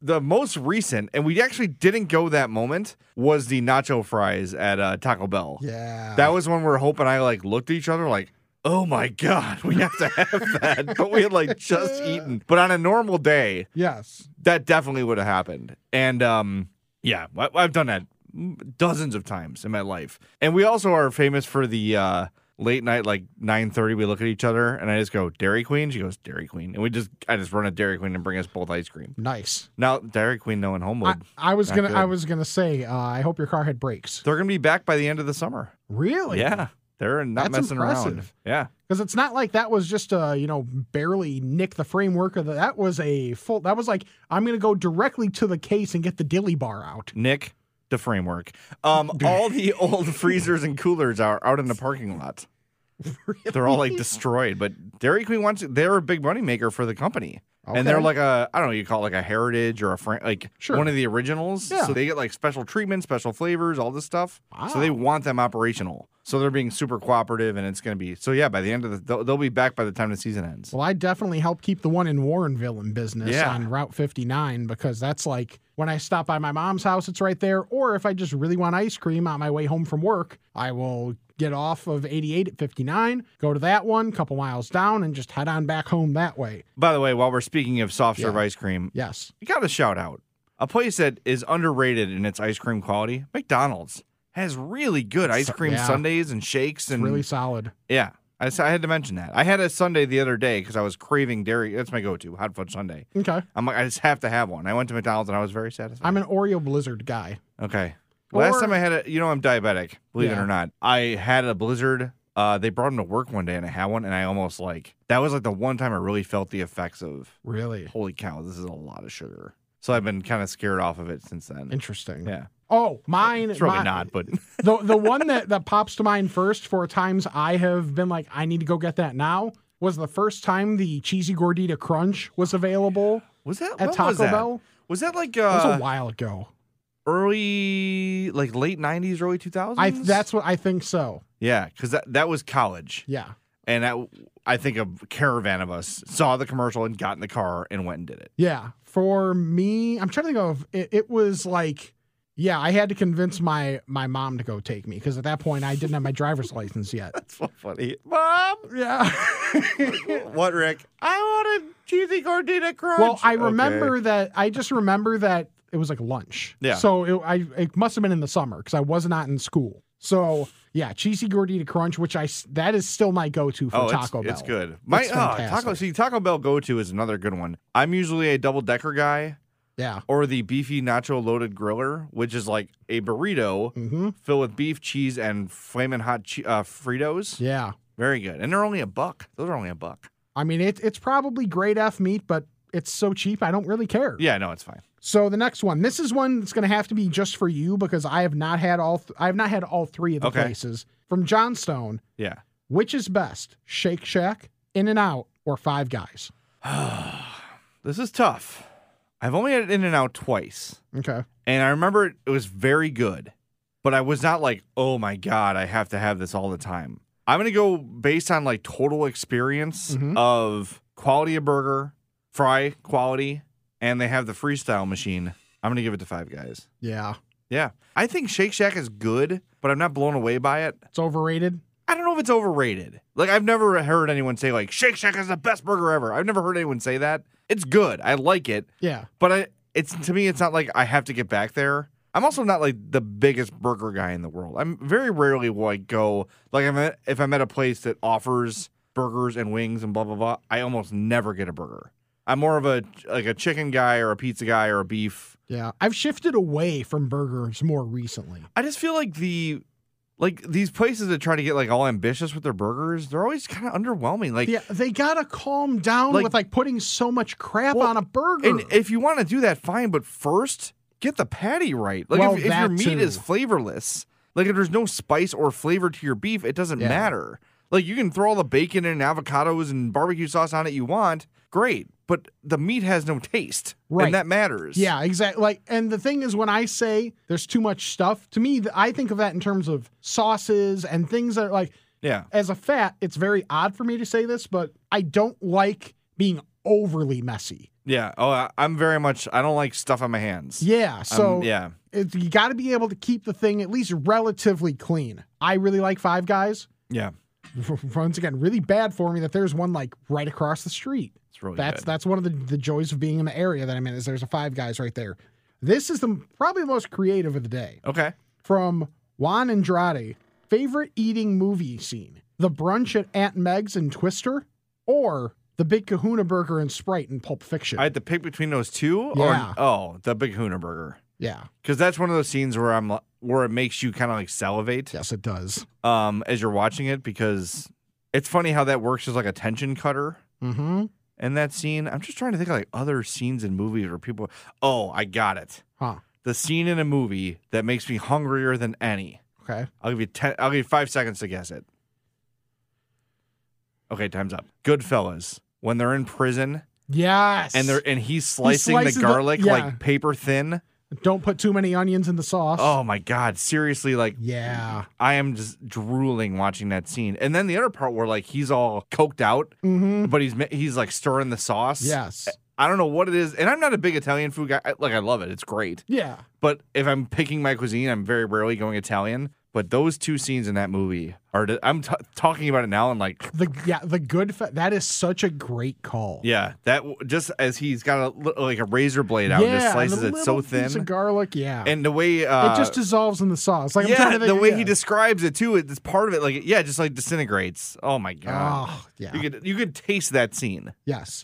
the most recent, and we actually didn't go that moment, was the nacho fries at uh, Taco Bell.
yeah.
That was when we were Hope and I like looked at each other like, oh my God, we have to have that. but we had like just eaten. But on a normal day,
yes.
that definitely would have happened. And um, yeah, I, I've done that dozens of times in my life. And we also are famous for the uh, late night, like nine thirty. We look at each other, and I just go Dairy Queen. She goes Dairy Queen, and we just I just run a Dairy Queen and bring us both ice cream.
Nice.
Now Dairy Queen, no in
I,
Homewood.
I was
Not
gonna. I
good.
was gonna say. Uh, I hope your car had brakes.
They're gonna be back by the end of the summer.
Really?
Yeah, they're not
That's
messing around.
impressive.
Yeah.
Because it's not like that was just a you know barely nick the framework of the, that was a full. That was like I'm gonna go directly to the case and get the dilly bar out.
Nick, the framework. Um, all the old freezers and coolers are out in the parking lot. They're all like destroyed, but Dairy Queen wants they're a big money maker for the company. And they're
Okay.
like a I don't know, you call it like a heritage or a fran- like
Sure.
one of the originals.
Yeah.
So they get like special treatment, special flavors, all this stuff. So they want them operational. So they're being super cooperative and it's going to be So yeah, by the end of the they'll, they'll be back by the time the season ends.
Well, I definitely helped keep the one in Warrenville in business
Yeah.
on Route 59 because that's like when I stop by my mom's house, it's right there. Or if I just really want ice cream on my way home from work, I will get off of 88 at 59, go to that one, couple miles down, and just head on back home that way.
By the way, while we're speaking of soft serve
Yeah.
ice cream,
Yes.
you got to shout out a place that is underrated in its ice cream quality. McDonald's has really good ice cream
yeah.
sundaes and shakes and
Really solid.
yeah. I, s- I had to mention that. I had a sundae the other day because I was craving dairy. That's my go-to hot fudge sundae.
Okay.
I'm like, I just have to have one. I went to McDonald's and I was very satisfied.
I'm an Oreo Blizzard guy.
okay.
Or-
Last time I had a, you know, I'm diabetic, believe it
Yeah.
or not. I had a blizzard. Uh, they brought them to work one day and I had one and I almost like that was like the one time I really felt the effects of
Really
holy cow, this is a lot of sugar. So I've been kind of scared off of it since then.
interesting.
Yeah.
Oh, mine.
It's probably
my-
not, but
the the one that that pops to mind first for times I have been like I need to go get that now was the first time the cheesy gordita crunch was available
was that when
at
was
Taco
that?
Bell.
Was that like
That was
uh,
a while ago.
early, like late '90s, early 2000s?
I that's what I think so.
yeah, because that that was college,
Yeah.
and that I think a caravan of us saw the commercial and got in the car and went and did it.
Yeah. For me, I'm trying to think of it, it was like yeah, I had to convince my my mom to go take me because at that point I didn't have my driver's license yet.
That's so funny, Mom.
Yeah.
What, Rick? I want a cheesy gordita crunch.
Well, I
Okay.
remember that. I just remember that it was like lunch.
Yeah.
So it, I it must have been in the summer because I was not in school. So yeah, cheesy gordita crunch, which I s- that is still my go-to for
Oh, it's-
Taco Bell.
it's good. My
It's
oh, Taco
fantastic.
see Taco Bell go to is another good one. I'm usually a double decker guy.
Yeah.
or the beefy nacho loaded griller, which is like a burrito
Mm-hmm.
filled with beef, cheese, and flaming hot che- uh, Fritos.
Yeah.
Very good, and they're only a buck. Those are only a buck.
I mean, it, it's probably great F meat, but it's so cheap, I don't really care.
Yeah, no, it's fine.
So the next one, this is one that's going to have to be just for you because I have not had all th- I have not had all three of the
Okay.
places from Johnstone.
Yeah.
Which is best, Shake Shack, In and Out, or Five Guys?
This is tough. I've only had In and Out twice,
Okay.
and I remember it, it was very good, but I was not like, oh my god, I have to have this all the time. I'm gonna go based on like total experience
Mhm.
of quality of burger, fry quality, and they have the freestyle machine. I'm gonna give it to Five Guys.
Yeah.
Yeah. I think Shake Shack is good, but I'm not blown away by it.
It's overrated.
I don't know if it's overrated. Like I've never heard anyone say like Shake Shack is the best burger ever. I've never heard anyone say that. It's good. I like it.
Yeah.
But I it's to me it's not like I have to get back there. I'm also not like the biggest burger guy in the world. I'm very rarely will I go like I'm at, if I'm at a place that offers burgers and wings and blah blah blah. I almost never get a burger. I'm more of a like a chicken guy or a pizza guy or a beef.
Yeah. I've shifted away from burgers more recently.
I just feel like the like these places that try to get like all ambitious with their burgers, they're always kind of underwhelming. Like
Yeah, they gotta calm down
Like-
with like putting so much crap
Well,
on a burger.
And if you want to do that, fine. But first, get the patty right. Like
Well,
if, if your
that
meat
too.
is flavorless, like if there's no spice or flavor to your beef, it doesn't
Yeah.
matter. Like you can throw all the bacon and avocados and barbecue sauce on it you want, great. But the meat has no taste,
Right.
and that matters.
Yeah, exactly. Like, and the thing is, when I say there's too much stuff, to me, th- I think of that in terms of sauces and things that are like,
yeah.
as a fat, it's very odd for me to say this, but I don't like being overly messy.
Yeah. Oh, I, I'm very much. I don't like stuff on my hands.
Yeah,
I'm-
so
Um, yeah.
It's, you got to be able to keep the thing at least relatively clean. I really like Five Guys.
Yeah.
Once again, really bad for me that there's one like right across the street.
It's really
That's
good.
that's one of the, the joys of being in the area that I'm in is there's a Five Guys right there. This is the probably the most creative of the day
Okay.
from Juan Andrade. Favorite eating movie scene: the brunch at Aunt Meg's in Twister, or the Big Kahuna Burger and Sprite in Pulp Fiction.
I had to pick between those two.
Yeah.
Or, oh, the big Hooner burger.
yeah,
because that's one of those scenes where I'm li- where it makes you kind of like salivate
yes, it does.
um, as you're watching it because it's funny how that works as like a tension cutter
Mm-hmm.
in that scene. I'm just trying to think of like other scenes in movies where people. Oh, I got it.
Huh.
The scene in a movie that makes me hungrier than any.
Okay.
I'll give you ten. I'll give you five seconds to guess it. Okay, time's up. Goodfellas. When they're in prison
Yes.
and they're and he's slicing
slices
the
the-
garlic
yeah.
like paper thin.
don't put too many onions in the sauce.
Oh my god! Seriously, like
yeah.
I am just drooling watching that scene. And then the other part where like he's all coked out,
Mm-hmm.
but he's ma- he's like stirring the sauce.
Yes.
I don't know what it is, and I'm not a big Italian food guy. I- Like I love it; it's great.
Yeah.
But if I'm picking my cuisine, I'm very rarely going Italian. But those two scenes in that movie are. the- I'm t- talking about it now, and like,
The yeah the good fa- that is such a great call.
yeah, that w- just as he's got a li- like a razor blade out,
yeah,
and just slices
the
it so
little piece
thin,
of garlic. Yeah,
and the way uh,
it just dissolves in the sauce. Like I'm
yeah,
trying to think,
the way
yeah.
he describes it too, it's part of it. Like, yeah, it just like disintegrates. Oh my god.
Oh, yeah.
You could you could taste that scene.
yes.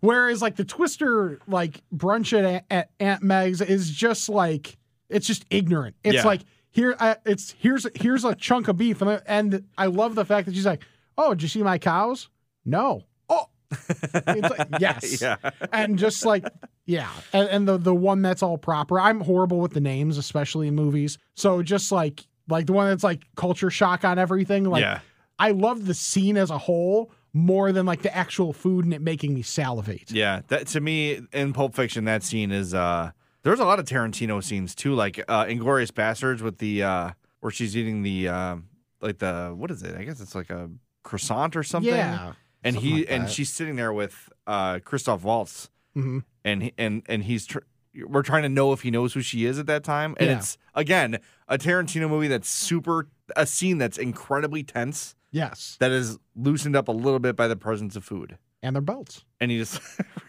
Whereas like the Twister like brunch at, at Aunt Meg's is just like it's just ignorant. It's
Yeah.
like here I, it's here's here's a chunk of beef and I, and I love the fact that she's like, "Oh, did you see my cows?" No. Oh. It's like, yes.
Yeah.
and just like yeah and, and the the one that's all proper i'm horrible with the names especially in movies so just like like the one that's like culture shock on everything like
yeah.
i love the scene as a whole more than like the actual food and it making me salivate
Yeah. That to me in Pulp Fiction, that scene is uh there's a lot of Tarantino scenes too, like uh Inglorious Bastards with the uh where she's eating the uh like the what is it? I guess it's like a croissant or something.
yeah
And
something
he
like
and
that.
she's sitting there with uh Christoph Waltz
Mhm.
and he, and and he's tr- we're trying to know if he knows who she is at that time. And
Yeah.
it's again a Tarantino movie that's super a scene that's incredibly tense
yes
that is loosened up a little bit by the presence of food.
and their belts
And he just,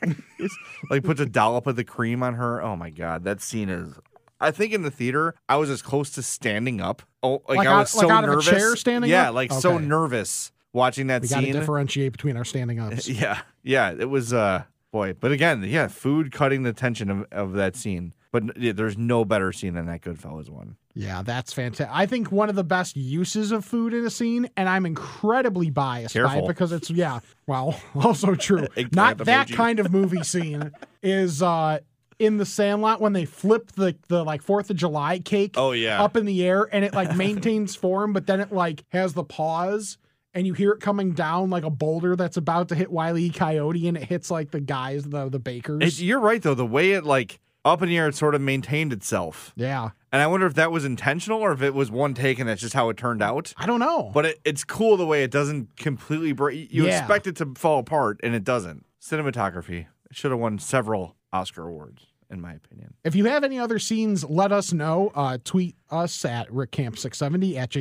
just, like puts a dollop of the cream on her. Oh my god, that scene is. I think in the theater, I was as close to standing up. Oh, like,
Like
I
out-
was
like
so
out of a
nervous.
chair standing
yeah,
up?
like so
Okay.
nervous watching that
we got to
scene.
differentiate between our standing ups
Yeah, yeah, it was uh boy, but again, yeah, food cutting the tension of, of that scene. But n- yeah, there's no better scene than that Goodfellas one.
yeah that's fantastic i think one of the best uses of food in a scene and i'm incredibly biased by it
Careful.
because it's yeah well also true
Eggplant
not that
emoji.
kind of movie scene is uh in the sandlot when they flip the the like fourth of july cake
Oh, yeah.
up in the air and it like maintains form but then it like has the pause and you hear it coming down like a boulder that's about to hit Wiley Coyote, and it hits like the guys, the the
It,
bakers.
you're right though. The way it like up in the air, it sort of maintained itself,
yeah,
and I wonder if that was intentional or if it was one take and that's just how it turned out.
I don't know.
But it, it's cool the way it doesn't completely break. You
Yeah.
expect it to fall apart, and it doesn't. Cinematography It should have won several Oscar awards. in my opinion.
If you have any other scenes, let us know. Uh, tweet us at RickCamp670, at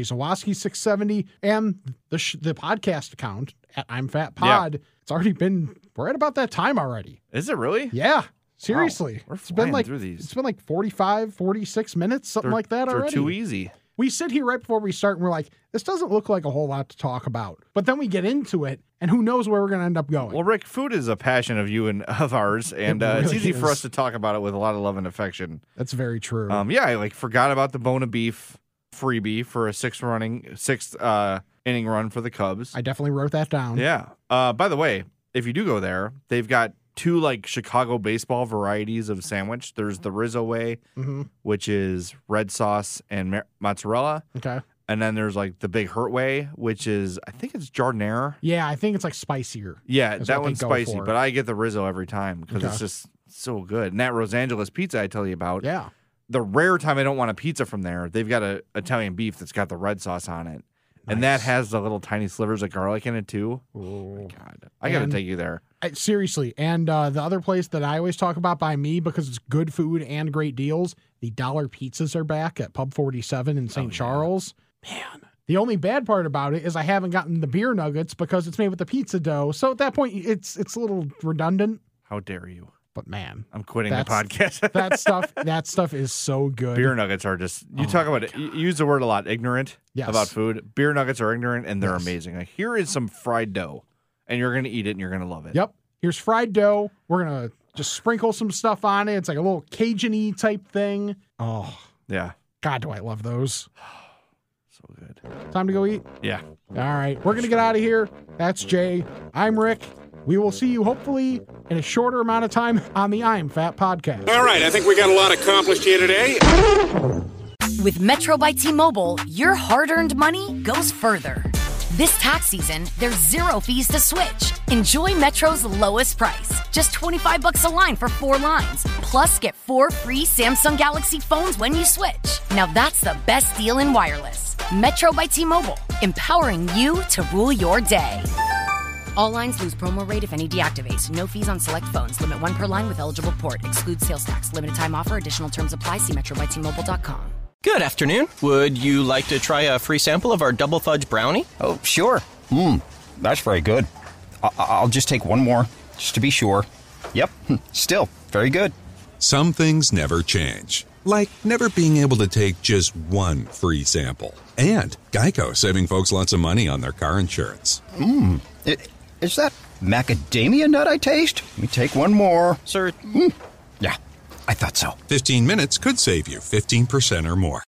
JZawoski670, and the sh- the podcast account at I'm Fat Pod. It's already been, we're at about that time already.
Is it really?
Yeah, seriously.
We're
it's
flying
been like,
through these.
It's been like 45, 46 minutes, something
They're-
like that
They're
already.
too easy.
we sit here right before we start and we're like, this doesn't look like a whole lot to talk about. But then we get into it, and who knows where we're going to end up going.
Well, Rick, food is a passion of you and of ours, and uh, it's
really
easy for
is.
us to talk about it with a lot of love and affection.
That's very true.
Um, yeah, I like forgot about the bone of beef freebie for a sixth running sixth uh, inning run for the Cubs.
I definitely wrote that down.
Yeah. Uh, by the way, if you do go there, they've got two like Chicago baseball varieties of sandwich. There's
Mm-hmm.
the Rizzo way,
hmm
which is red sauce and mar- mozzarella,
Okay.
and then there's like the Big Hurt way, which is I think it's jardinera.
Yeah, I think it's like spicier.
Yeah,
That's what
that
they
one's
go
spicy,
for.
but I get the Rizzo every time because it's
Okay.
just so good. And that Los Angeles pizza I tell you about,
Yeah.
the rare time I don't want a pizza from there, they've got a Italian beef that's got the red sauce on it. And that
Nice.
has the little tiny slivers of garlic in it too.
Ooh.
God, I gotta
And-
take you there.
I- seriously. And uh, the other place that I always talk about by me because it's good food and great deals, the dollar pizzas are back at Pub 47 in St. Charles. Man. The only bad part about it is I haven't gotten the beer nuggets because it's made with the pizza dough. So at that point, it's it's a little redundant.
How dare you?
But man,
I'm quitting the
That's-
podcast.
that stuff that stuff is so good.
Beer nuggets are just you talk about it. You use the word a lot, ignorant
Yes.
about food. Beer nuggets are ignorant and they're
Yes.
amazing. Like, here is some fried dough, and you're gonna eat it and you're gonna love it.
Yep. Here's fried dough. We're gonna just sprinkle some stuff on it. It's like a little Cajun-y type thing. Oh
Yeah.
God, do I love those?
So good.
Time to go eat.
Yeah.
All right, we're gonna get out of here. That's Jay. I'm Rick. We will see you hopefully in a shorter amount of time on the I'm Fat podcast.
All right, I think we got a lot accomplished here today.
With Metro by T Mobile, your hard earned money goes further. This tax season, there's zero fees to switch. Enjoy Metro's lowest price, just 25 bucks a line for four lines. Plus, get four free Samsung Galaxy phones when you switch. Now that's the best deal in wireless. Metro by T Mobile, empowering you to rule your day. All lines lose promo rate if any deactivates. No fees on select phones. Limit one per line with eligible port. Excludes sales tax. Limited time offer. Additional terms apply. See Metro by T Mobile.com.
Good afternoon. Would you like to try a free sample of our double fudge brownie?
Oh, sure. Mmm, that's very good. I- I- I'll just take one more, just to be sure. Yep, still very good.
Some things never change, like never being able to take just one free sample. And Geico saving folks lots of money on their car insurance.
I- Is that macadamia nut I taste? Let me take one more.
Sir,
Yeah, I thought so.
15 minutes could save you 15% or more.